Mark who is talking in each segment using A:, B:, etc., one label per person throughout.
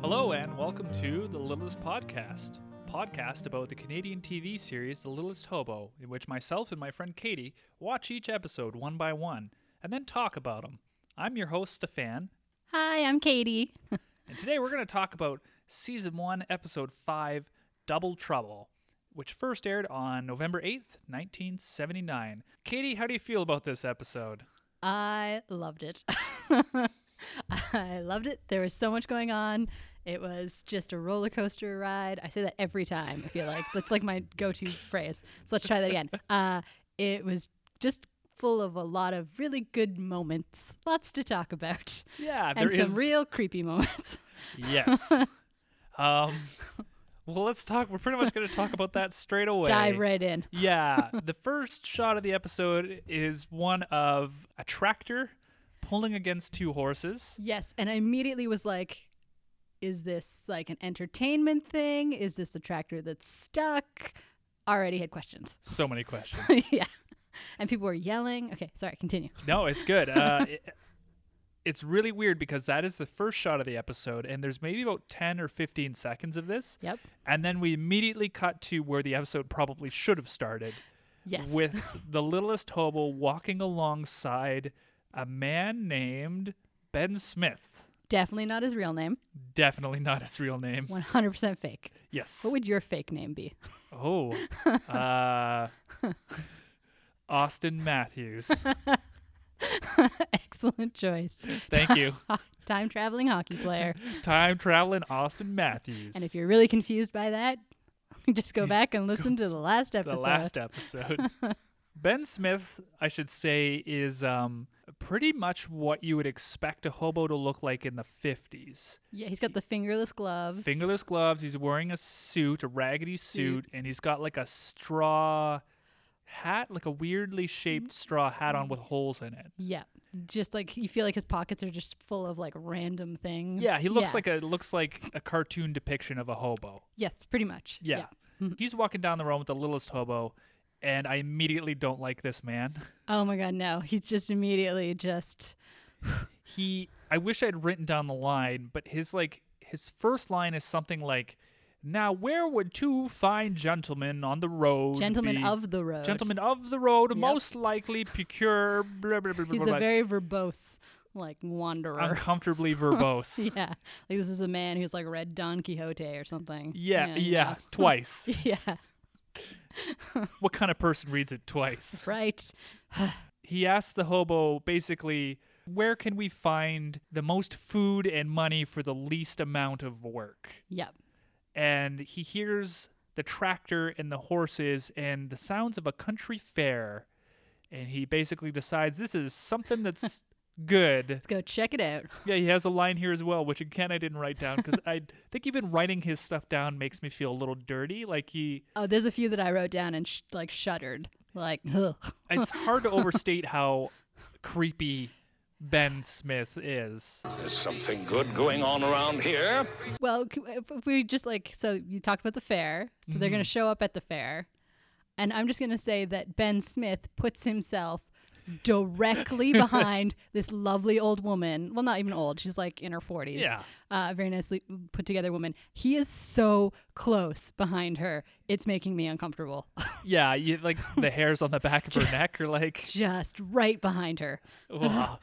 A: Hello, and welcome to The Littlest Podcast, a podcast about the Canadian TV series The Littlest Hobo, in which myself and my friend Katie watch each episode one by one and then talk about them. I'm your host, Stefan,
B: Hi, I'm Katie.
A: and today we're going to talk about Season 1, Episode 5, Double Trouble, which first aired on November 8th, 1979. Katie, how do you feel about this episode?
B: I loved it. I loved it. There was so much going on. It was just a roller coaster ride. I say that every time, I feel like. That's like my go to phrase. So let's try that again. Uh, it was just full of a lot of really good moments, lots to talk about,
A: Yeah,
B: and
A: there is
B: some real creepy moments.
A: Yes. um, well, let's talk. We're pretty much going to talk about that straight away.
B: Dive right in.
A: Yeah. The first shot of the episode is one of a tractor pulling against two horses.
B: Yes, and I immediately was like, is this like an entertainment thing? Is this the tractor that's stuck? Already had questions.
A: So many questions.
B: yeah. And people were yelling. Okay, sorry, continue.
A: No, it's good. Uh, it- it's really weird because that is the first shot of the episode, and there's maybe about 10 or 15 seconds of this.
B: Yep.
A: And then we immediately cut to where the episode probably should have started.
B: Yes.
A: with the littlest hobo walking alongside a man named Ben Smith.
B: Definitely not his real name.
A: Definitely not his real name.
B: 100% fake.
A: Yes.
B: What would your fake name be?
A: oh. Uh, Austin Matthews.
B: Excellent choice.
A: Thank you.
B: Time traveling hockey player.
A: Time traveling Austin Matthews.
B: And if you're really confused by that, just go back and listen to the last
A: the
B: episode.
A: last episode. ben Smith, I should say, is um, pretty much what you would expect a hobo to look like in the 50s.
B: yeah, he's got the fingerless gloves.
A: fingerless gloves. He's wearing a suit, a raggedy suit,
B: Suit.
A: and he's got like a straw hat, like a weirdly shaped straw hat
B: Mm.
A: on with holes in it.
B: Yeah. Just like you feel like his pockets are just full of like random things.
A: Yeah, he looks like a looks like a cartoon depiction of a hobo.
B: Yes, pretty much.
A: Yeah. He's walking down the road with the littlest hobo, and I immediately don't like this man.
B: Oh my god, no. He's just immediately just
A: He I wish I'd written down the line, but his like his first line is something like now, where would two fine gentlemen on the road
B: gentleman
A: be?
B: of the road.
A: Gentlemen of the road,
B: Yep.
A: most likely procure. Blah, blah, blah, blah,
B: He's
A: blah,
B: a very verbose, like wanderer.
A: uncomfortably verbose.
B: yeah, like this is a man who's like read Don Quixote or something.
A: yeah, yeah, twice.
B: yeah, yeah.
A: what kind of person reads it twice?
B: right.
A: He asks the hobo basically, where can we find the most food and money for the least amount of work?
B: Yep.
A: And he hears the tractor and the horses and the sounds of a country fair. And he basically decides this is something that's good.
B: Let's go check it out.
A: Yeah, he has a line here as well, which again I didn't write down because I think even writing his stuff down makes me feel a little dirty. Like he,
B: Oh, there's a few that I wrote down and sh- like shuddered. Like, ugh.
A: it's hard to overstate how creepy Ben Smith is.
C: There's something good going on around here.
B: well, c- if if we just like so you talked about the fair, so they're gonna show up at the fair, and I'm just gonna say that Ben Smith puts himself. Directly behind this lovely old woman. Well, not even old. She's like in her 40s.
A: Yeah.
B: uh, a very nicely put together woman. He is so close behind her. It's making me uncomfortable.
A: Yeah, you, like the hairs on the back of her neck are like,
B: Just right behind her.
A: wow.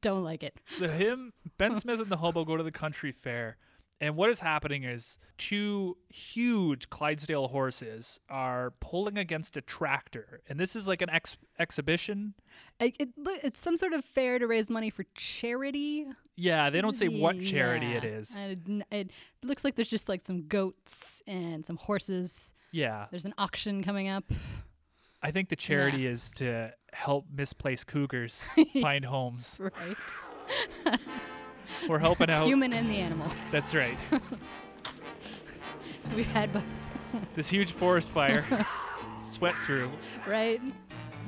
B: Don't like it.
A: So him, Ben Smith, and the hobo go to the country fair, and what is happening is two huge Clydesdale horses are pulling against a tractor, and this is like an ex- exhibition.
B: I- it look- it's some sort of fair to raise money for charity.
A: Yeah, they don't say what charity it
B: Yeah.
A: is.
B: I didn't- It, looks like there's just like some goats and some horses.
A: Yeah.
B: There's an auction coming up.
A: I think the charity is to help misplaced cougars find homes.
B: Right.
A: We're helping out.
B: Human and the animal.
A: That's right.
B: We've had both.
A: This huge forest fire swept through.
B: Right.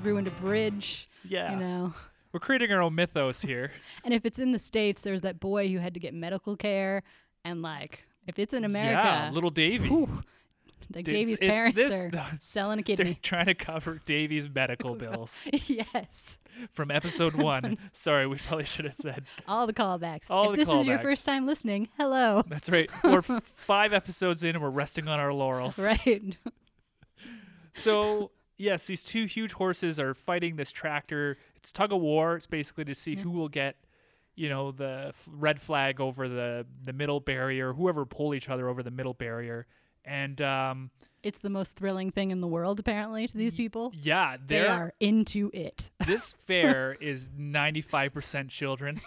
B: Ruined a bridge.
A: Yeah.
B: You know.
A: We're creating our own mythos here.
B: And if it's in the States, there's that boy who had to get medical care. And like, if it's in America,
A: Yeah, little Davy.
B: whew, Like
A: Dude,
B: Davy's
A: it's- it's
B: parents
A: this-
B: are selling a
A: They're
B: kidney.
A: trying to cover Davy's medical bills
B: yes.
A: from episode one. Sorry, we probably should have said
B: All the callbacks.
A: All
B: if
A: the
B: this is your
A: callbacks.
B: first time listening, hello.
A: that's right. We're f- five episodes in and we're resting on our laurels.
B: Right.
A: So yes, these two huge horses are fighting this tractor. It's tug of war. It's basically to see who will get, you know, the f- red flag over the the middle barrier. Whoever pull each other over the middle barrier. And um,
B: It's the most thrilling thing in the world, apparently, to these people.
A: yeah,
B: They
A: there
B: are into it.
A: this fair is ninety five percent children,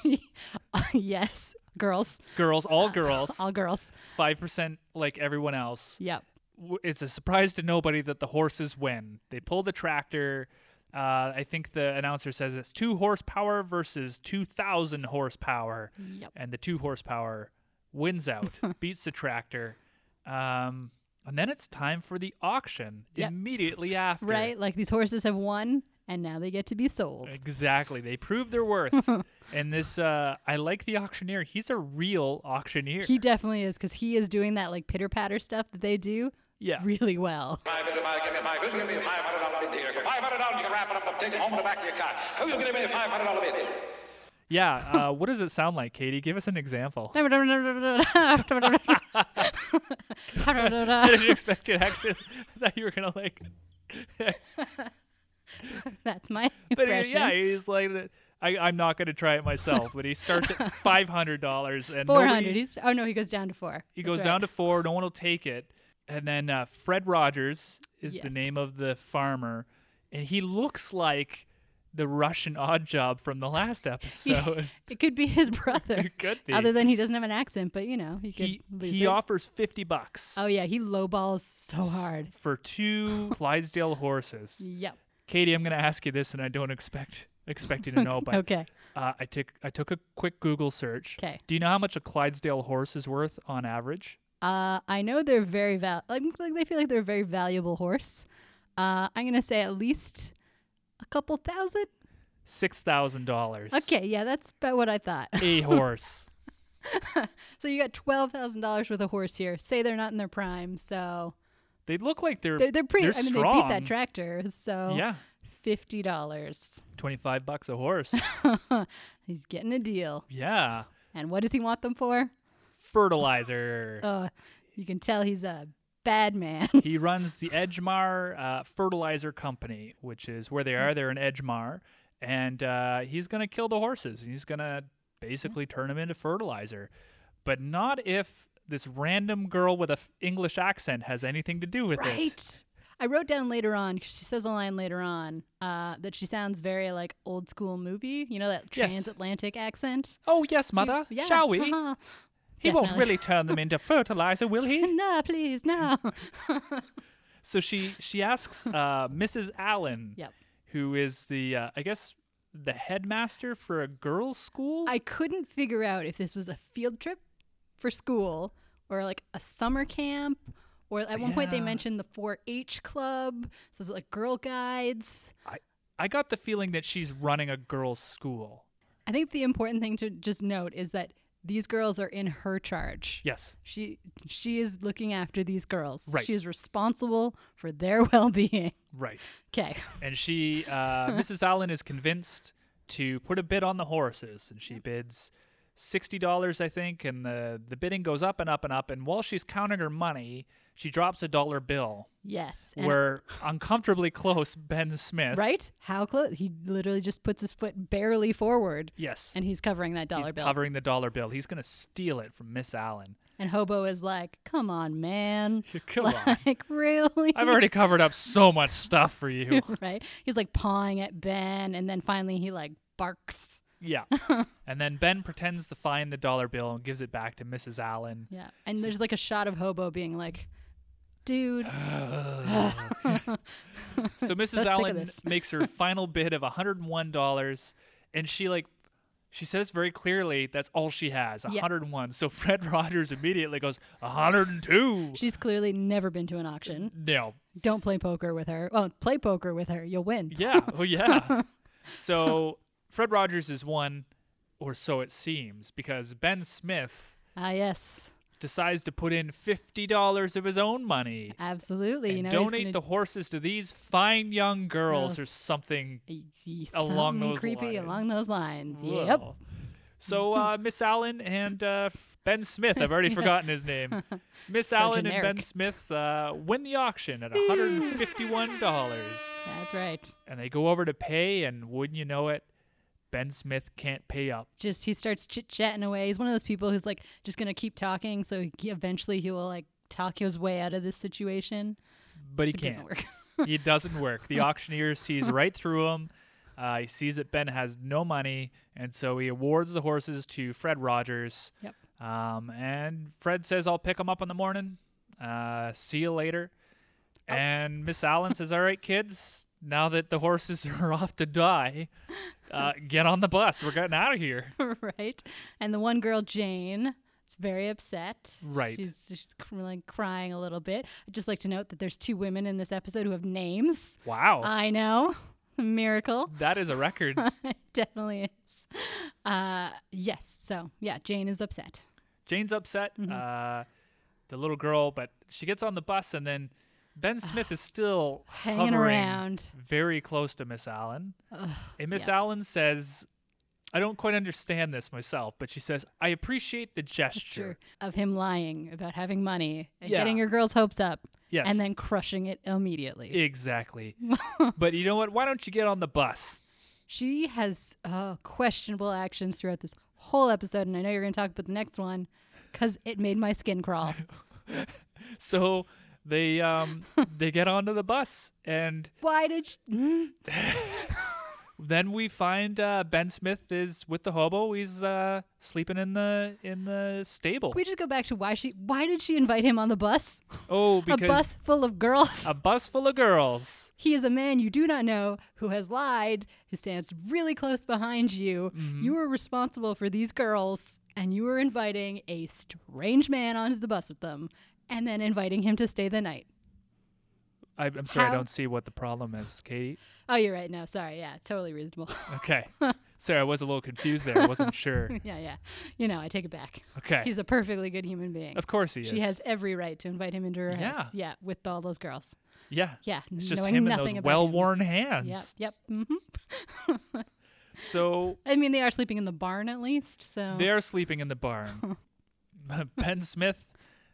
B: yes. Girls.
A: girls, all girls,
B: All girls.
A: five percent like everyone else.
B: Yep.
A: w- it's a surprise to nobody that the horses win. They pull the tractor. Uh, I think the announcer says it's two horsepower versus two thousand horsepower,
B: Yep.
A: and the two horsepower wins out, beats the tractor. Um, and then it's time for the auction
B: Yep.
A: immediately after.
B: Right? Like these horses have won and now they get to be sold.
A: Exactly. They prove their worth. and this, uh, I like the auctioneer. He's a real auctioneer.
B: He definitely is because he is doing that like pitter patter stuff that they do
A: yeah.
B: really well.
C: Five hundred dollars, give me five. Who's gonna give me five hundred dollar bid dealer? Five hundred dollars, you can wrap it up and take it home in the back of your car. Who's gonna give me a five hundred dollar bid?
A: Yeah. Uh, what does it sound like, Katie? Give us an example.
B: I
A: I didn't expect you to actually. I thought you were gonna like.
B: That's my
A: But he-
B: impression.
A: yeah, he's like, I, I'm not gonna try it myself. But he starts at five hundred dollars and
B: Four
A: nobody-
B: hundred. He's oh no, he goes down to four.
A: He goes down to four. No one will take it. And then uh, Fred Rogers is the
B: Yes.
A: name of the farmer, and he looks like the Russian odd job from the last episode.
B: It could be his brother.
A: It could be.
B: Other than he doesn't have an accent, but you know he could
A: he
B: lose
A: he
B: it.
A: offers fifty bucks.
B: oh yeah, he lowballs so hard.
A: For two Clydesdale horses.
B: Yep.
A: Katie, I'm gonna ask you this, and I don't expect expect you to know, but
B: Okay.
A: Uh, I took I took a quick Google search.
B: 'Kay.
A: Do you know how much a Clydesdale horse is worth on average?
B: Uh, I know they're very val. Like, like they feel like they're a very valuable horse. Uh, I'm gonna say at least a couple thousand.
A: Six thousand dollars.
B: Okay, yeah, that's about what I thought.
A: A horse.
B: So you got twelve thousand dollars worth of horse here. Say they're not in their prime, so
A: They look like they're
B: they're they're pretty. I mean,
A: strong.
B: they beat that tractor, so
A: Yeah,
B: fifty dollars.
A: twenty five bucks a horse.
B: He's getting a deal.
A: yeah,
B: And what does he want them for?
A: fertilizer.
B: Uh, you can tell he's a bad man.
A: He runs the Edgemar uh, Fertilizer Company, which is where they are. They're in Edgemar, and uh, he's going to kill the horses. He's going to basically turn them into fertilizer, but not if this random girl with an English accent has anything to do with it.
B: right. I wrote down later on 'cause she says a line later on uh, that she sounds very like old school movie. You know that
A: Yes.
B: transatlantic accent.
A: Oh yes, mother.
B: Yeah,
A: Shall we?
B: haha.
A: He won't
B: Definitely.
A: really turn them into fertilizer, will he?
B: no, please, no.
A: So she she asks uh, Mrs. Allen,
B: Yep.
A: who is the uh, I guess the headmaster for a girls' school.
B: I couldn't figure out if this was a field trip for school or like a summer camp. Or at one point they
A: Yeah.
B: mentioned the 4-H club, so it's like Girl Guides.
A: I got the feeling that she's running a girls' school.
B: I think the important thing to just note is that these girls are in her charge.
A: Yes.
B: She she is looking after these girls.
A: Right.
B: She is responsible for their well-being.
A: Right.
B: Okay.
A: And she, uh, Mrs. Allen is convinced to put a bid on the horses, and she bids $60, I think, and the, the bidding goes up and up and up. And while she's counting her money, she drops a dollar bill
B: Yes. And-
A: where uncomfortably close Ben Smith.
B: right? How close? He literally just puts his foot barely forward
A: Yes.
B: and he's covering that dollar
A: he's
B: bill.
A: covering the dollar bill. He's going to steal it from Miss Allen.
B: and Hobo is like, "Come on, man."
A: Come on.
B: like, really?
A: I've already covered up so much stuff for you.
B: right? He's like pawing at Ben and then finally he like barks.
A: Yeah. and then Ben pretends to find the dollar bill and gives it back to Mrs. Allen.
B: Yeah. And there's like a shot of Hobo being like, "Dude,
A: So
B: Let's
A: Mrs.
B: think of
A: Allen
B: this.
A: makes her final bid of $101 and she like she says very clearly that's all she has,
B: Yeah.
A: 101. So Fred Rogers immediately goes 102.
B: she's clearly never been to an auction."
A: no.
B: don't play poker with her. Well, play poker with her. You'll win.
A: Yeah. Oh yeah. so Fred Rogers is one or so it seems because Ben Smith
B: Ah, yes.
A: decides to put in $50 of his own money
B: Absolutely. you
A: and
B: know,
A: donate
B: he's
A: the
B: gonna,
A: horses to these fine young girls
B: Yes.
A: or something.
B: the
A: along those
B: creepy along
A: lines.
B: those lines. Yep.
A: Ugh. So uh, Miss Allen and uh, Ben Smith, I've already forgotten his name. Miss
B: So
A: Allen and Ben
B: generic.
A: Smith uh, win the auction at $151.
B: That's right.
A: and they go over to pay, and wouldn't you know it, Ben Smith can't pay up.
B: Just he starts chit chatting away. He's one of those people who's like just gonna keep talking, so he, eventually he will like talk his way out of this situation.
A: But he
B: It
A: can't.
B: doesn't work.
A: it doesn't work. The auctioneer sees right through him. Uh, he sees that Ben has no money, and so he awards the horses to Fred Rogers.
B: Yep.
A: Um, and Fred says, "I'll pick them up in the morning. Uh, see you later."
B: Oh.
A: And Miss Allen says, "All right, kids. Now that the horses are off to die, uh, get on the bus. We're getting out of here."
B: right? And the one girl, Jane, is very upset.
A: Right.
B: She's, she's cr- like crying a little bit. I'd just like to note that there's two women in this episode who have names.
A: Wow,
B: I know. Miracle.
A: that is a record.
B: it definitely is. Uh, yes. So, yeah, Jane is upset.
A: Jane's upset,
B: Mm-hmm.
A: uh, the little girl, but she gets on the bus, and then Ben Smith is still
B: Hanging
A: hovering
B: around.
A: very close to Miss Allen. and Miss Allen says, I don't quite understand this myself, but she says, I appreciate the gesture.
B: Of him lying about having money and
A: Yeah.
B: getting your girl's hopes up
A: Yes.
B: and then crushing it immediately.
A: Exactly. but you know what? Why don't you get on the bus?
B: she has uh, questionable actions throughout this whole episode, and I know you're going to talk about the next one because it made my skin crawl.
A: So they um, they get onto the bus, and
B: Why did she? Mm.
A: then we find uh, Ben Smith is with the hobo. He's uh, sleeping in the in the stable.
B: we just go back to why she? Why did she invite him on the bus?
A: oh, because
B: a bus full of girls.
A: a bus full of girls.
B: he is a man you do not know who has lied, who stands really close behind you.
A: Mm-hmm.
B: You were responsible for these girls, and you were inviting a strange man onto the bus with them, and then inviting him to stay the night.
A: I, I'm sorry, I
B: How-
A: don't see what the problem is, Katie.
B: Oh, you're right. No, sorry. Yeah, totally reasonable.
A: Okay. Sorry, I was a little confused there. I wasn't sure.
B: yeah, yeah. You know, I take it back.
A: Okay.
B: He's a perfectly good human being.
A: of course he is.
B: She has every right to invite him into her
A: Yeah.
B: house. Yeah, with all those girls.
A: Yeah.
B: Yeah,
A: It's just
B: knowing
A: him and
B: nothing
A: those
B: about
A: well
B: him.
A: worn hands.
B: Yep, yep. hmm
A: So
B: I mean, they are sleeping in the barn at least. So
A: they're sleeping in the barn. ben Smith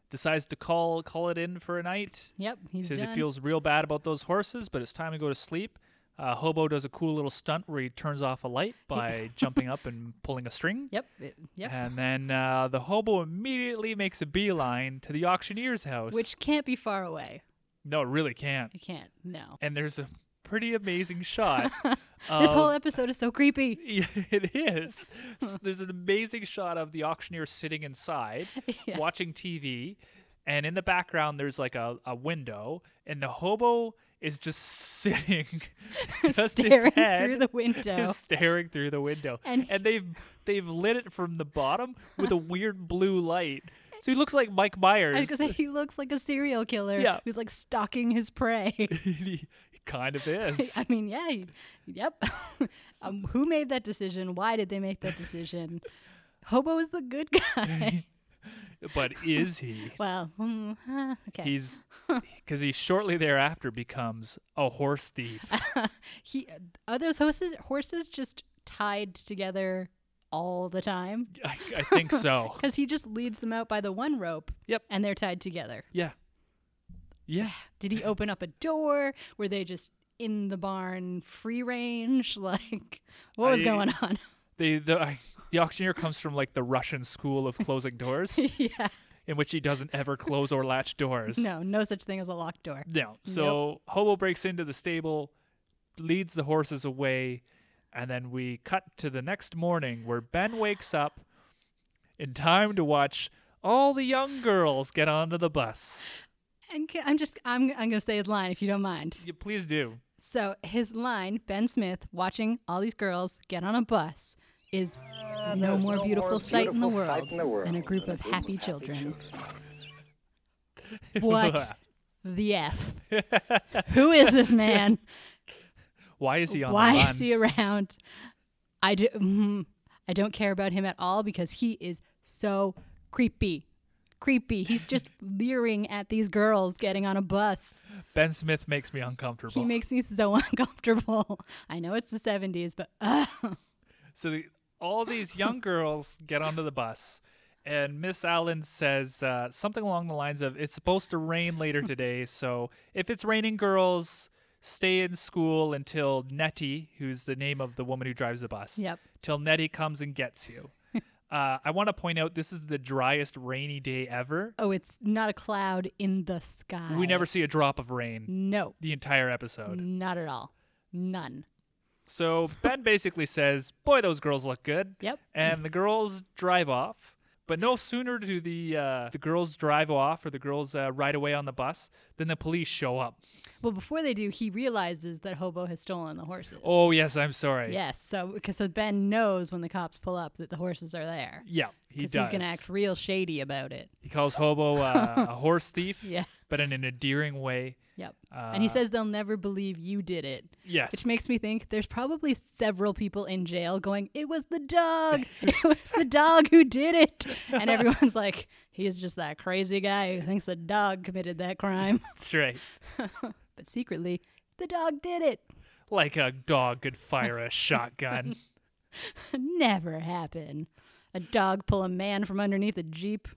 A: decides to call call it in for a night.
B: yep, he's
A: Says
B: done.
A: he feels real bad about those horses, but it's time to go to sleep. Uh, Hobo does a cool little stunt where he turns off a light by jumping up and pulling a string.
B: Yep, it- yep.
A: And then uh, the hobo immediately makes a beeline to the auctioneer's house.
B: Which can't be far away.
A: no, it really can't.
B: I can't. No.
A: And there's a pretty amazing shot.
B: This
A: of-
B: whole episode is so creepy.
A: Yeah, it is. S- There's an amazing shot of the auctioneer sitting inside,
B: Yeah.
A: watching TV, and in the background there's like a, a window, and the hobo is just sitting, just
B: Staring
A: his head
B: through the window.
A: is staring through the window,
B: And-
A: and, they've they've lit it from the bottom with a weird blue light, so he looks like Mike Myers.
B: I was gonna say he looks like a serial killer
A: Yeah.
B: who's like stalking his prey.
A: he kind of is.
B: I mean, yeah, he- yep. um, who made that decision? Why did they make that decision? Hobo is the good guy.
A: but is he?
B: well, mm, huh, okay.
A: He's because he shortly thereafter becomes a horse thief.
B: he are those horses horses just tied together all the time?
A: I, I think so.
B: Because he just leads them out by the one rope.
A: Yep.
B: And they're tied together.
A: Yeah. Yeah.
B: Did he open up a door? Were they just in the barn, free range? Like, what was
A: I-
B: going on?
A: The the I, the auctioneer comes from like the Russian school of closing doors,
B: yeah.
A: in which he doesn't ever close or latch doors.
B: No, no such thing as a locked door.
A: No. So Hobo breaks into the stable, leads the horses away, and then we cut to the next morning where Ben wakes up in time to watch all the young girls get onto the bus.
B: And ca- I'm just, I'm, I'm going to say his line if you don't mind.
A: You please do.
B: So his line, Ben Smith, watching all these girls get on a bus, is no more beautiful, sight, in the
D: beautiful sight
B: world
D: in the world
B: than a group of happy children. What the F? Who is this man?
A: Why is he on
B: Why
A: the run?
B: is he around? I mm-hmm. do. mm, I don't care about him at all because he is so creepy. creepy. He's just leering at these girls getting on a bus.
A: Ben Smith makes me
B: He
A: uncomfortable.
B: makes me so uncomfortable. I know it's the 70s, but uh,
A: so the, all these young girls get onto the bus, and Miss Allen says uh, something along the lines of, "It's supposed to rain later today, so if it's raining, girls." Stay in school until Nettie, who's the name of the woman who drives the bus,
B: Yep.
A: till Nettie comes and gets you. uh, I want to point out this is the driest rainy day ever.
B: oh, it's not a cloud in the sky.
A: We never see a drop of rain
B: No,
A: the entire episode.
B: not at all. None.
A: So Ben basically says, "Boy, those girls look good."
B: Yep.
A: And the girls drive off. But no sooner do the uh, the girls drive off or the girls uh, ride away on the bus than the police show up.
B: Well, before they do, he realizes that Hobo has stolen the horses.
A: Oh yes, I'm sorry.
B: Yes, so because so Ben knows when the cops pull up that the horses are there.
A: Yeah, he
B: 'Cause
A: does.
B: He's gonna act real shady about it.
A: He calls Hobo uh, a horse thief.
B: Yeah.
A: But in an endearing way.
B: Yep. and he says they'll never believe you did it.
A: Uh, Yes.
B: Which makes me think there's probably several people in jail going, It was the dog. it was the dog who did it. And everyone's like, He's just that crazy guy who thinks the dog committed that crime.
A: That's right.
B: but secretly, the dog did it.
A: Like a dog could fire a shotgun.
B: Never happen. A dog pull a man from underneath a Jeep.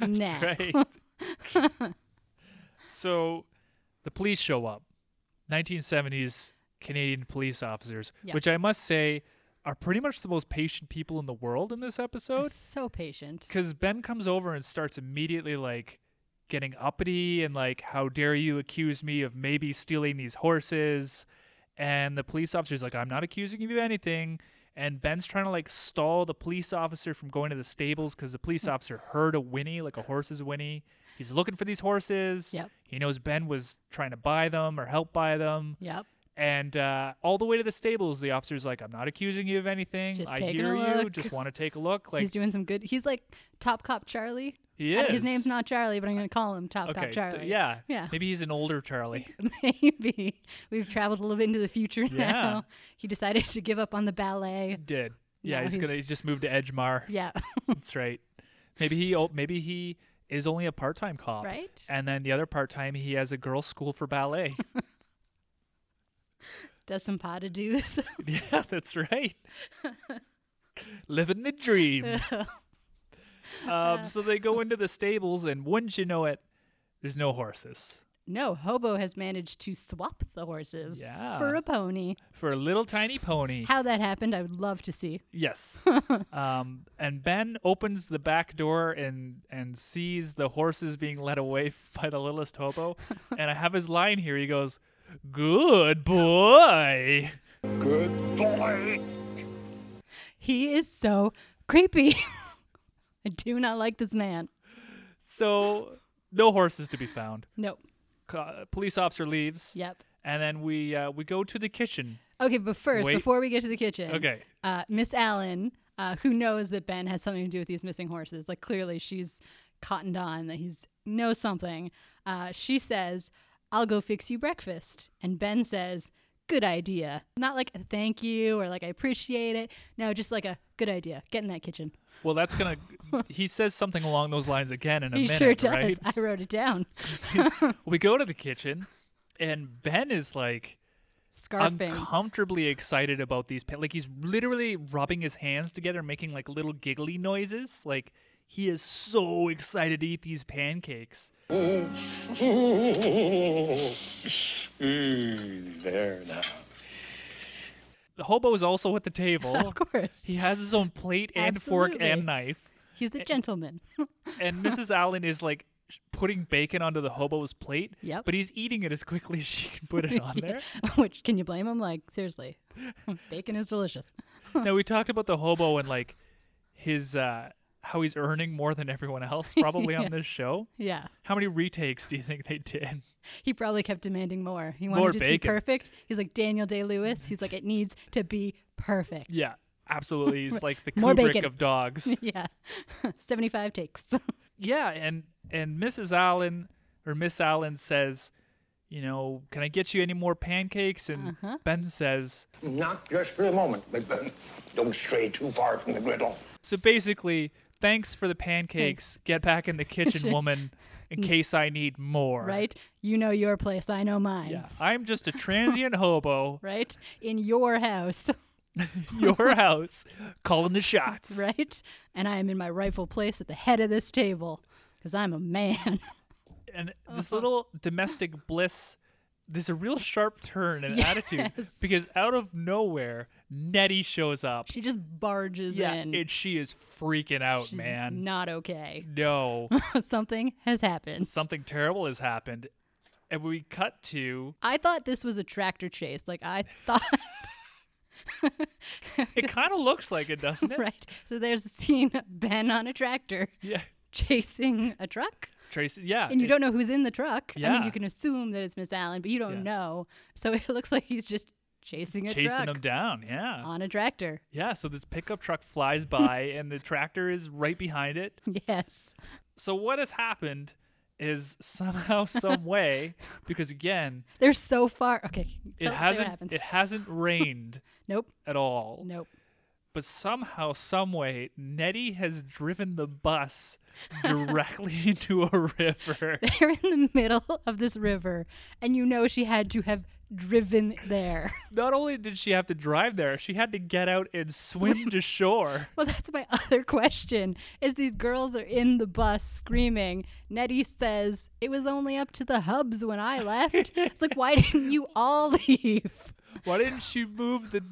B: nah.
A: right. so the police show up. 1970s Canadian police officers,
B: Yeah.
A: which I must say are pretty much the most patient people in the world in this episode.
B: So patient.
A: Because Ben comes over and starts immediately like getting uppity and like, how dare you accuse me of maybe stealing these horses? And the police officer's like, I'm not accusing you of anything. And Ben's trying to like stall the police officer from going to the stables because the
B: Hmm.
A: police officer heard a whinny, like a horse's whinny. He's looking for these horses.
B: Yep.
A: He knows Ben was trying to buy them or help buy them.
B: Yep.
A: And uh, all the way to the stables, the officer's like, I'm not accusing you of anything.
B: Just
A: I
B: taking
A: hear
B: a
A: you.
B: look."
A: Just want to take a look. Like,
B: he's doing some good. He's like Top Cop Charlie.
A: he
B: I-
A: is.
B: His name's not Charlie, but I'm going to call him Top Cop
A: Okay.
B: Charlie.
A: d- yeah.
B: Yeah.
A: Maybe he's an older Charlie.
B: Maybe. We've traveled a little bit into the future
A: Yeah.
B: now. He decided to give up on the ballet.
A: Did. Yeah,
B: No,
A: he's,
B: he's-
A: gonna he just moved to Edgemar.
B: Yeah.
A: That's right. Maybe he o- maybe he is only a part-time cop.
B: Right?
A: And then the other part-time he has a girls school for ballet.
B: Does some pas de deux.
A: yeah, that's right. Living the dream. um, so they go into the stables and wouldn't you know it, there's no horses.
B: no, Hobo has managed to swap the horses
A: Yeah.
B: for a pony.
A: For a little tiny pony.
B: How that happened, I would love to see.
A: Yes. um, and Ben opens the back door and and sees the horses being led away by the littlest hobo. and I have his line here. He goes, "Good boy."
C: Good boy.
B: He is so creepy. I do not like this man.
A: So no horses to be found.
B: No.
A: Co- police officer leaves.
B: Yep.
A: And then we uh, we go to the kitchen.
B: Okay, but first,
A: Wait.
B: before we get to the kitchen,
A: Okay.
B: uh, Miss Allen, uh, who knows that Ben has something to do with these missing horses, like clearly she's cottoned on that he's knows something. Uh, she says, "I'll go fix you breakfast," and Ben says, "Good idea." Not like a thank you or like I appreciate it. No, just like a good idea. Get in that kitchen.
A: Well, that's gonna. he says something along those lines again in a
B: he
A: minute,
B: sure does.
A: right?
B: I wrote it down.
A: we go to the kitchen, and Ben is like.
B: Scarfing.
A: uncomfortably excited about these pa- like he's literally rubbing his hands together making like little giggly noises like he is so excited to eat these pancakes
C: Mm, there now.
A: the hobo is also at the table
B: of course,
A: he has his own plate and fork
B: Absolutely.
A: and knife
B: he's a gentleman.
A: and mrs allen is like sh- putting bacon onto the hobo's plate
B: Yep.
A: but he's eating it as quickly as she can put it on there
B: Which can you blame him? Like seriously, bacon is delicious.
A: now we talked about the hobo and like his uh how he's earning more than everyone else probably on this show
B: Yeah.
A: how many retakes do you think they did
B: He probably kept demanding more. He wanted
A: More
B: it to be
A: bacon.
B: perfect. He's like Daniel Day Lewis. He's like, it needs to be perfect.
A: Yeah, absolutely. He's like the
B: More
A: Kubrick
B: bacon.
A: of dogs.
B: Yeah. 75 takes.
A: yeah, and and Mrs. Allen or Miss Allen says, you know, can I get you any more pancakes? And
B: Uh-huh.
A: Ben says,
C: Not just for a moment, Big Ben. Don't stray too far from the griddle.
A: so basically, Thanks for the pancakes. Get back in the kitchen, woman, in case I need more.
B: right? You know your place, I know mine.
A: Yeah. I'm just a transient hobo,
B: Right? In your house,
A: your house, calling the shots.
B: right? And I am in my rightful place at the head of this table because I'm a man.
A: and this
B: Uh-huh.
A: little domestic bliss there's a real sharp turn in attitude
B: Yes.
A: because out of nowhere nettie shows up
B: she just barges in.
A: and she is freaking out
B: She's
A: man
B: Not okay.
A: no
B: Something has happened.
A: something terrible has happened and we cut to
B: I thought this was a tractor chase. Like I thought,
A: it kind of looks like it doesn't it
B: right? So there's a scene of Ben on a tractor
A: yeah
B: chasing a truck,
A: tracy yeah
B: and you don't
A: it's-
B: know who's in the truck. I mean,
A: Yeah.
B: you can assume that it's Miss Allen, but you don't
A: Yeah.
B: know. So it looks like he's just chasing a
A: chasing
B: truck
A: them down yeah
B: on a tractor.
A: yeah so this pickup truck flies by and the tractor is right behind it
B: Yes,
A: so what has happened is somehow some way because again
B: they're so far. Okay,
A: it
B: tell- say What
A: hasn't
B: happens.
A: it hasn't rained
B: nope.
A: at all
B: Nope.
A: but somehow someway nettie has driven the bus directly into a river
B: They're in the middle of this river, and you know she had to have driven there.
A: not only did she have to drive there she had to get out and swim to shore
B: Well, that's my other question. Is these girls are in the bus screaming. Nettie says, It was only up to the hubs when I left. it's like, why didn't you all leave?
A: why didn't she move the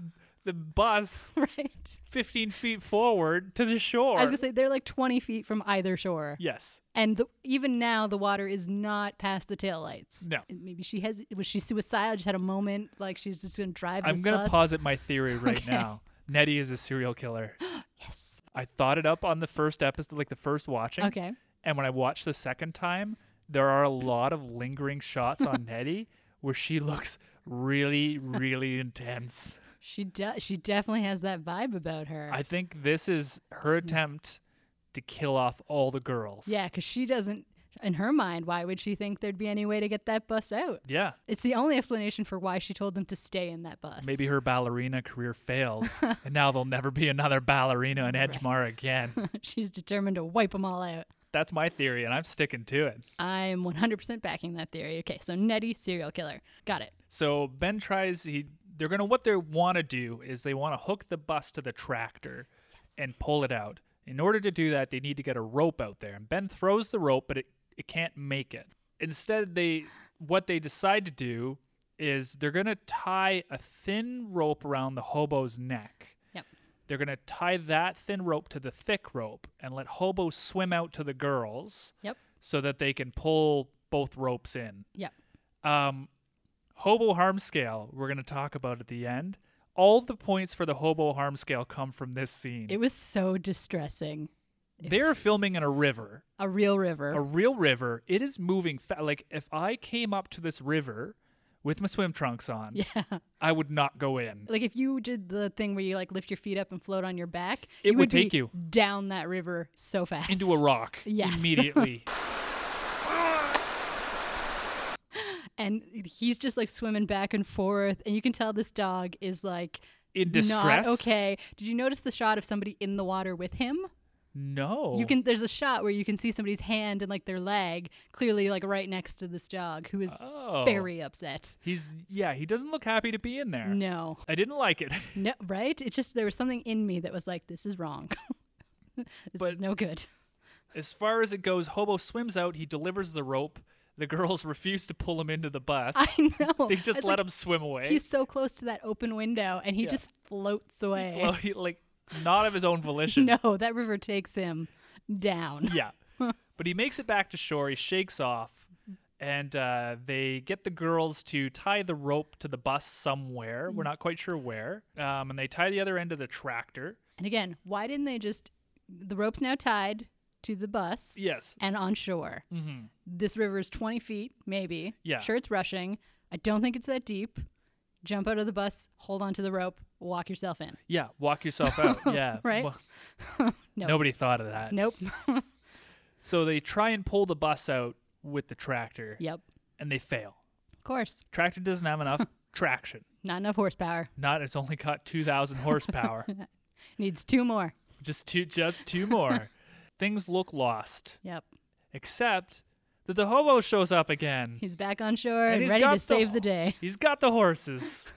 A: the bus
B: Right?
A: 15 feet forward to the shore
B: I was going to say, they're like 20 feet from either shore.
A: yes
B: And the, even now, the water is not past the taillights.
A: No.
B: And Maybe she has, was she suicidal? Just had a moment, like she's just going to drive
A: i'm
B: this
A: gonna
B: bus?
A: posit my theory right now nettie is a serial killer yes i thought it up on the first episode like the first watching
B: Okay.
A: And when I watched the second time, there are a lot of lingering shots on Nettie where she looks really, really intense.
B: She, de- she definitely has that vibe about her.
A: I think this is her attempt to kill off all the girls.
B: yeah, because she doesn't, in her mind, why would she think there'd be any way to get that bus out?
A: Yeah.
B: It's the only explanation for why she told them to stay in that bus.
A: Maybe her ballerina career failed, and now there'll never be another ballerina in Edgemar again.
B: she's determined to wipe them all out.
A: That's my theory, and I'm sticking to it.
B: I'm 100% backing that theory. Okay, so Nettie, serial killer. Got it.
A: So Ben tries. He they're gonna what they want to do is they want to hook the bus to the tractor and pull it out. In order to do that, they need to get a rope out there. And Ben throws the rope, but it it can't make it. Instead, they what they decide to do is they're gonna tie a thin rope around the hobo's neck.
B: Yep.
A: They're gonna tie that thin rope to the thick rope and let hobo swim out to the girls
B: Yep.
A: so that they can pull both ropes in.
B: Yep.
A: Um, hobo harm scale, we're going to talk about at the end. All the points for the hobo harm scale come from this scene.
B: It was so distressing.
A: They're filming in a river,
B: A real river.
A: a real river. It is moving. Fa- like, if I came up to this river with my swim trunks on,
B: yeah.
A: I would not go in.
B: Like if you did the thing where you like lift your feet up and float on your back,
A: It
B: you
A: would
B: be
A: take you.
B: down that river so fast.
A: Into a rock
B: Yes.
A: immediately.
B: and he's just like swimming back and forth and you can tell this dog is like
A: In distress?
B: Not okay. Did you notice the shot of somebody in the water with him?
A: No.
B: You can. There's a shot where you can see somebody's hand and like their leg, clearly like right next to this dog who is
A: Oh.
B: very upset.
A: He's, yeah, he doesn't look happy to be in there.
B: No,
A: I didn't like it.
B: no, right? It's just there was something in me that was like, this is wrong. this
A: But-
B: is no good.
A: As far as it goes, Hobo swims out. He delivers the rope. The girls refuse to pull him into the bus.
B: I know.
A: They just
B: It's
A: let
B: like,
A: him swim away.
B: He's so close to that open window, and he just floats away.
A: Well, he, like not of his own volition.
B: no, that river takes him down.
A: Yeah, but he makes it back to shore. He shakes off, and uh, they get the girls to tie the rope to the bus somewhere.
B: Mm.
A: We're not quite sure where. Um, and they tie the other end of the tractor.
B: And again, why didn't they just? The rope's now tied to the bus.
A: Yes.
B: and on shore. This river is 20 feet, maybe.
A: Mm-hmm. Yeah.
B: Sure, it's rushing. I don't think it's that deep. Jump out of the bus, hold onto the rope, walk yourself in.
A: Yeah. Walk yourself out. Yeah.
B: Right?
A: Well,
B: No.
A: Nobody thought of that.
B: Nope.
A: So they try and pull the bus out with the tractor,
B: yep.
A: and they fail.
B: Of course.
A: Tractor doesn't have enough traction.
B: Not enough horsepower.
A: Not it's only got 2,000 horsepower.
B: Needs two more.
A: just two, just two more. Things look lost,
B: Yep.
A: except that the hobo shows up again.
B: He's back on shore
A: And
B: and,
A: he's
B: ready
A: got
B: to
A: the-
B: save the day.
A: He's got the horses.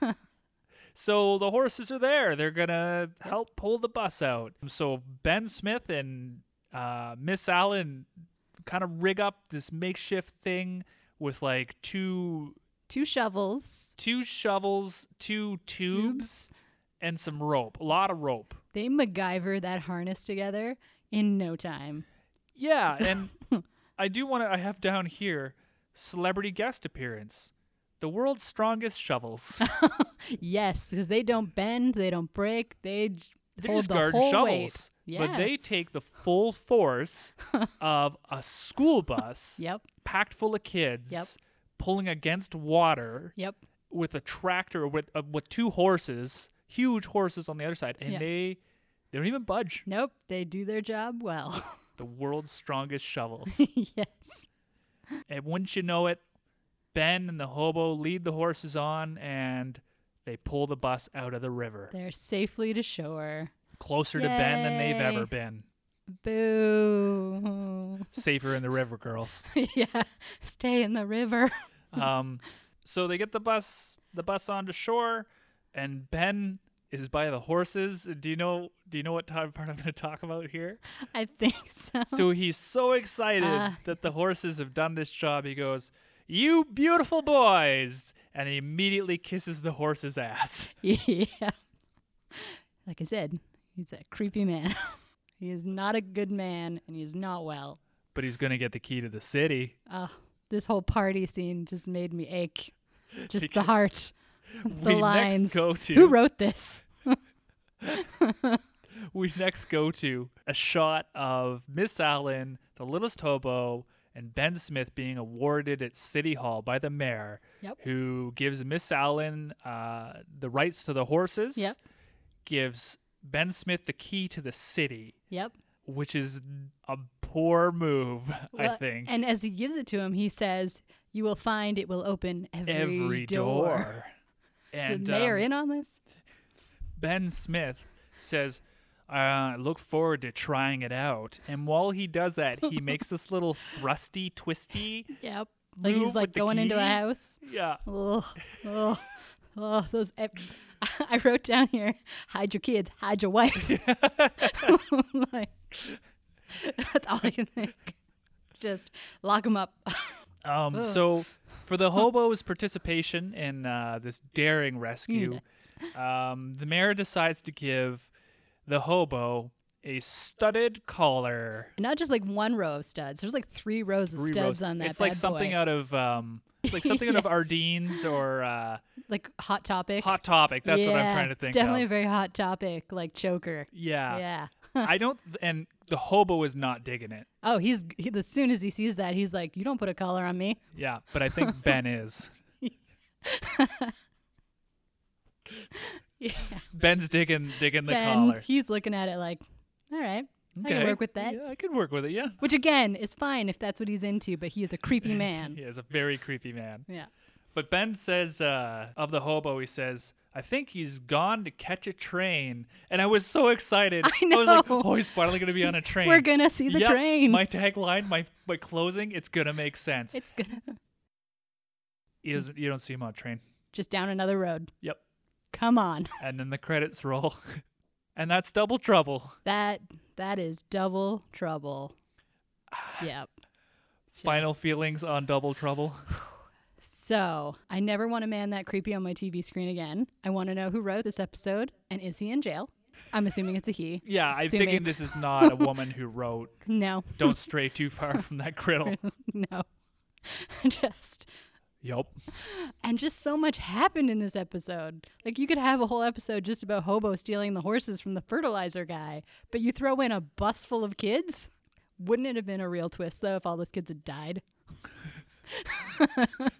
A: so the horses are there. They're going to help pull the bus out. So Ben Smith and uh, Miss Allen kind of rig up this makeshift thing with like two
B: Two shovels.
A: two shovels, two tubes, and some rope. A lot of rope.
B: They MacGyver that harness together in no time.
A: Yeah, and I do want to. I have down here celebrity guest appearance, the world's strongest shovels.
B: Yes, because they don't bend, they don't break, they j-
A: They're
B: hold
A: just
B: the
A: garden
B: whole
A: shovels,
B: weight.
A: but
B: Yeah.
A: they take the full force of a school bus
B: Yep.
A: packed full of kids. Pulling against water
B: Yep.
A: with a tractor with uh, with two horses, huge horses on the other side, and
B: Yeah.
A: they they don't even budge.
B: Nope. They do their job well.
A: The world's strongest shovels.
B: yes.
A: And wouldn't you know it, Ben and the hobo lead the horses on and they pull the bus out of the river.
B: They're safely to shore.
A: Closer to Ben than they've
B: Yay.
A: ever been.
B: Boo.
A: Safer in the river, girls.
B: yeah. Stay in the river.
A: Um, so they get the bus the bus onto shore and Ben is by the horses. Do you know do you know what time part I'm gonna talk about here?
B: I think so.
A: So he's so excited
B: Ah.
A: that the horses have done this job. He goes, You beautiful boys and he immediately kisses the horse's ass.
B: yeah. Like I said, he's a creepy man. he is not a good man and he's not well.
A: but he's going to get the key to the city.
B: Oh, this whole party scene just made me ache. Just the
A: Because
B: heart. The
A: we
B: lines.
A: next go to
B: Who wrote this?
A: we next go to a shot of Miss Allen, the littlest hobo, and Ben Smith being awarded at City Hall by the mayor,
B: Yep.
A: who gives Miss Allen uh, the rights to the horses.
B: Yep.
A: Gives Ben Smith the key to the city,
B: Yep.
A: which is a poor move, I
B: Well,
A: think.
B: And as he gives it to him, he says, "You will find it will open every,
A: Every
B: door."
A: door.
B: Is
A: And
B: the mayor
A: um,
B: in on this?
A: Ben Smith says, I look forward to trying it out. And while he does that, he makes this little thrusty, twisty.
B: Yep. Like
A: move
B: he's like
A: with the
B: going into a
A: key?
B: house.
A: Yeah.
B: Ugh, ugh, ugh, those. ev- I wrote down here: hide your kids, hide your wife. like, that's all I can think. Just lock them up.
A: Um, so, for the hobo's participation in uh, this daring rescue, um, the mayor decides to give the hobo a studded collar.
B: And Not just like one row of studs. There's like three rows of
A: Three
B: studs
A: rows-
B: on that.
A: It's like
B: bad
A: something
B: boy.
A: out of. Um, it's like something out of
B: Yes.
A: Ardennes or uh,
B: like hot topic.
A: Hot Topic. That's what I'm
B: Yeah,
A: trying to think
B: It's definitely
A: of.
B: a very hot topic, like choker. yeah.
A: I don't, and the hobo is not digging it.
B: Oh, he's he, as soon as he sees that, he's like, "You don't put a collar on me."
A: Yeah, but I think Ben is.
B: Yeah.
A: Ben's digging digging the
B: Ben,
A: collar.
B: he's looking at it like, "All right, I
A: Okay.
B: can work with that."
A: Yeah, I could work with it. Yeah,
B: Which again is fine if that's what he's into, but he is a creepy man.
A: he is a very creepy man.
B: yeah.
A: But Ben says uh, of the hobo, he says, "I think he's gone to catch a train," and I was so excited. I, was like,
B: know.
A: "Oh, he's finally gonna be on a train.
B: We're gonna see the
A: Yep,
B: train.
A: My tagline, my my closing, it's gonna make sense.
B: it's gonna
A: He doesn't- you don't see him on a train.
B: just down another road.
A: Yep.
B: Come on,
A: And then the credits roll, and that's double trouble.
B: that that is double trouble. yep.
A: Final feelings on double trouble.
B: So I never want a man that creepy on my TV screen again. I want to know who wrote this episode and is he in jail? I'm assuming it's a he.
A: Yeah, I'm
B: Assuming.
A: thinking this is not a woman who wrote
B: No,
A: Don't Stray Too Far from That Griddle.
B: no. just
A: Yup.
B: and just so much happened in this episode. Like you could have a whole episode just about Hobo stealing the horses from the fertilizer guy, but you throw in a bus full of kids? Wouldn't it have been a real twist though if all those kids had died?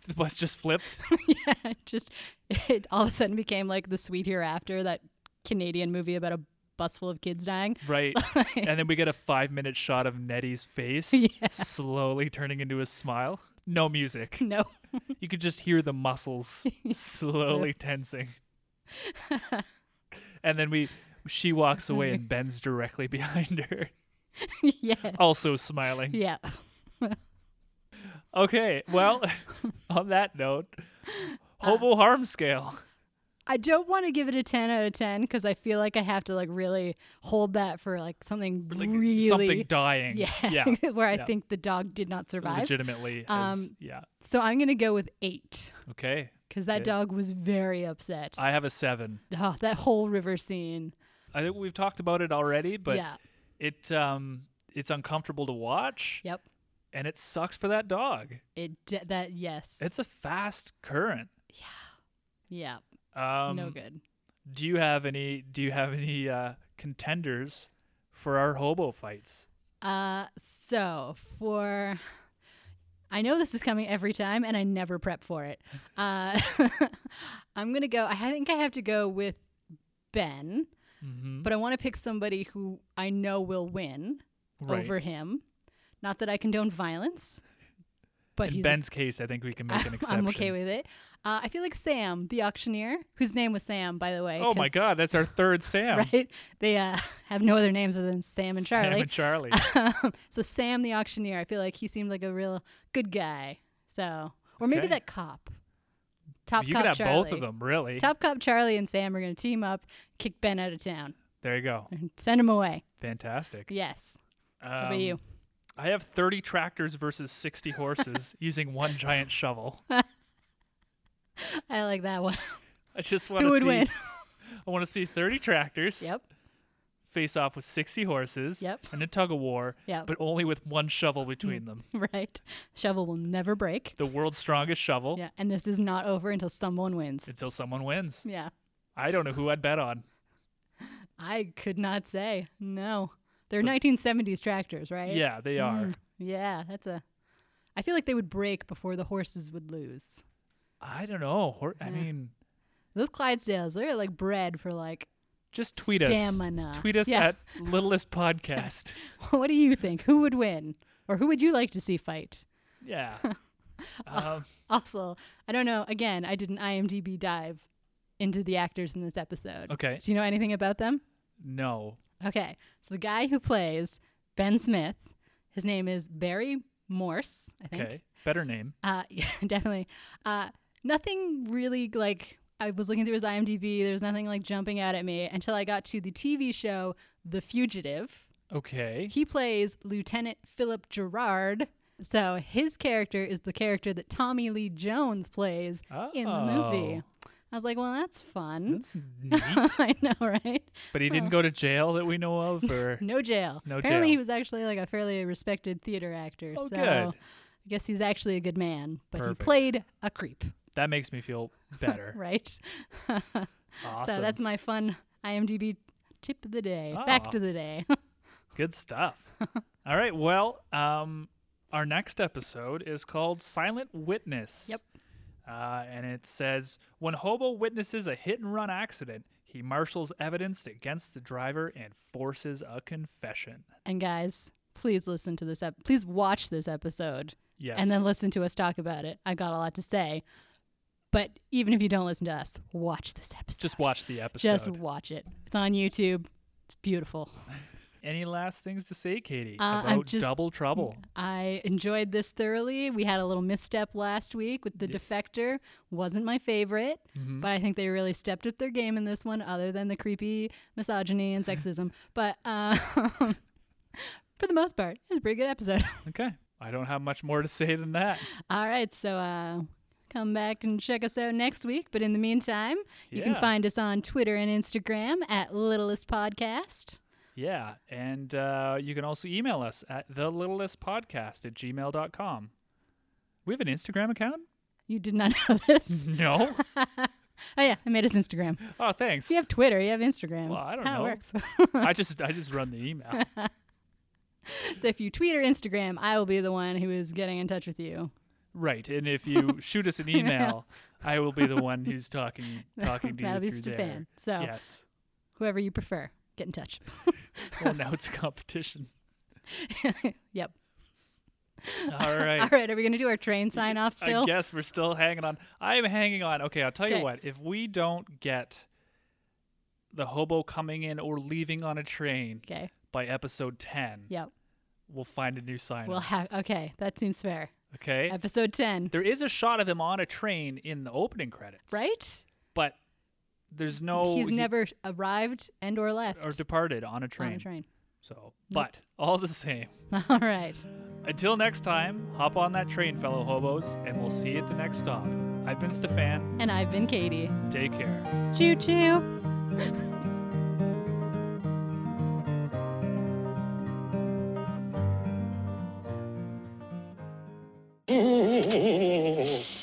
A: The bus just flipped.
B: yeah, just it all of a sudden became like the sweet hereafter, that Canadian movie about a bus full of kids dying.
A: Right. and then we get a five minute shot of Nettie's face slowly turning into a smile. No music.
B: No.
A: You could just hear the muscles slowly tensing. and then we she walks away and bends directly behind her.
B: yes.
A: also smiling.
B: Yeah.
A: Okay, well, on that note,
B: Uh,
A: hobo harm scale.
B: I don't want to give it a 10 out of 10 because I feel like I have to like really hold that for like something
A: Like
B: really.
A: something dying.
B: yeah.
A: Yeah.
B: where I
A: yeah.
B: think the dog did not survive.
A: Legitimately. As,
B: Um,
A: yeah.
B: So I'm going to go with eight
A: Okay.
B: because that
A: Okay.
B: dog was very upset.
A: I have a seven.
B: oh, that whole river scene.
A: I think we've talked about it already, but
B: yeah.
A: it um it's uncomfortable to watch
B: Yep.
A: and it sucks for that dog.
B: It de- that yes.
A: It's a fast current.
B: yeah.
A: Um
B: no good.
A: do you have any do you have any uh contenders for our hobo fights?
B: Uh so for I know this is coming every time and I never prep for it. Uh I'm going to go I ha- think I have to go with Ben,
A: Mhm.
B: but I want to pick somebody who I know will win
A: Right.
B: over him. Not that I condone violence, but
A: In
B: he's
A: Ben's case, I think we can make an exception.
B: I'm okay with it. Uh, I feel like Sam, the auctioneer, whose name was Sam, by the way.
A: Oh my
B: 'cause-
A: god, that's our third Sam.
B: Right? They uh, have no other names other than Sam and Charlie.
A: Sam and Charlie.
B: so Sam, the auctioneer, I feel like he seemed like a real good guy. So, or maybe
A: Okay.
B: that cop, top
A: you
B: cop
A: could have
B: Charlie.
A: both of them, really.
B: Top cop Charlie and Sam are going to team up, kick Ben out of town,
A: There you go.
B: and send him away.
A: Fantastic.
B: Yes.
A: Um,
B: What about you?
A: I have 30 tractors versus 60 horses using one giant shovel.
B: I like that one.
A: I just want
B: Who
A: to
B: would
A: see.
B: win?
A: I want to see 30 tractors
B: yep.
A: face off with 60 horses
B: Yep.
A: and a tug of war,
B: Yep.
A: but only with one shovel between them.
B: Right. Shovel will never break.
A: The world's strongest shovel
B: Yeah. And this is not over until someone wins.
A: until someone wins.
B: yeah.
A: I don't know who I'd bet on.
B: I could not say. No. They're 1970s tractors, right? Mm.
A: Yeah, they are.
B: Yeah, that's a. I feel like they would break before the horses would lose.
A: I don't know. Hor- I mean,
B: Those Clydesdales, they're like bred for like.
A: just tweet
B: Stamina.
A: us. Tweet us
B: Yeah.
A: at Littlest Podcast.
B: What do you think? Who would win, or who would you like to see fight?
A: yeah. Um,
B: Also, I don't know. Again, I did an IMDb dive into the actors in this episode.
A: Okay.
B: Do you know anything about them?
A: no.
B: Okay, so the guy who plays Ben Smith, his name is Barry Morse, I think.
A: Okay. Better name.
B: Uh, yeah, definitely. Uh, nothing really like I was looking through his IMDb. There was nothing like jumping out at me until I got to the TV show The Fugitive.
A: Okay.
B: He plays Lieutenant Philip Gerard. So his character is the character that Tommy Lee Jones plays in the movie. I was like, well, that's fun.
A: Oh. That's neat.
B: I know, right?
A: But he didn't go to jail that we know of, or
B: No jail.
A: No
B: Apparently,
A: jail.
B: he was actually like a fairly respected theater actor.
A: Oh,
B: so
A: good.
B: I guess he's actually a good man, but
A: Perfect.
B: he played a creep,
A: that makes me feel better.
B: right?
A: Awesome,
B: So that's my fun IMDb tip of the day,
A: Ah.
B: fact of the day.
A: good stuff. All right, well, um, our next episode is called "Silent Witness."
B: Yep.
A: Uh, and it says when Hobo witnesses a hit and run accident, he marshals evidence against the driver and forces a confession.
B: and guys, please listen to this. Ep- please watch this episode
A: Yes.
B: and then listen to us talk about it. I've got a lot to say. But even if you don't listen to us, watch this episode.
A: just watch the episode.
B: Just watch it. It's on YouTube. It's beautiful.
A: Any last things to say, Katie,
B: Uh, I'm
A: about
B: just-
A: double trouble?
B: I enjoyed this thoroughly. We had a little misstep last week with the defector. Wasn't my favorite,
A: Mm-hmm.
B: but I think they really stepped up their game in this one, other than the creepy misogyny and sexism. but uh, for the most part, it was a pretty good episode.
A: Okay. I don't have much more to say than that.
B: All right, so uh, come back and check us out next week. But in the meantime, you can
A: Yeah.
B: find us on Twitter and Instagram at Littlest Podcast.
A: Yeah. And uh, you can also email us at thelittlestpodcast at gmail.com. We have an Instagram account?
B: You did not know this.
A: No.
B: Oh yeah, I made us Instagram.
A: oh, thanks.
B: You have Twitter, you have Instagram.
A: Well, I don't
B: That's how
A: know.
B: it works.
A: I just I just run the email.
B: So if you tweet or Instagram, I will be the one who is getting in touch with you.
A: right. And if you shoot us an email, I will be the one who's talking talking to
B: That'll
A: you
B: be
A: through
B: Stefan.
A: there.
B: So
A: Yes.
B: whoever you prefer, get in touch.
A: Well, now it's a competition.
B: yep.
A: All right.
B: All right, are we going to do our train sign off still?
A: I guess we're still hanging on. I'm hanging on. Okay, I'll tell you
B: Okay.
A: what. If we don't get the hobo coming in or leaving on a train
B: Okay.
A: by episode 10,
B: Yep.
A: we'll find a new sign.
B: We'll have. Okay, that seems fair.
A: okay.
B: Episode ten,
A: there is a shot of him on a train in the opening credits.
B: right?
A: But there's no.
B: He's
A: Oh, he-
B: never arrived and or left
A: Or departed on a
B: on
A: train.
B: a train.
A: So, but all the same,
B: All right.
A: until next time, hop on that train, fellow hobos, and we'll see you at the next stop. I've been Stefan.
B: And I've been Katie.
A: Take care.
B: Choo choo.
C: Ooh.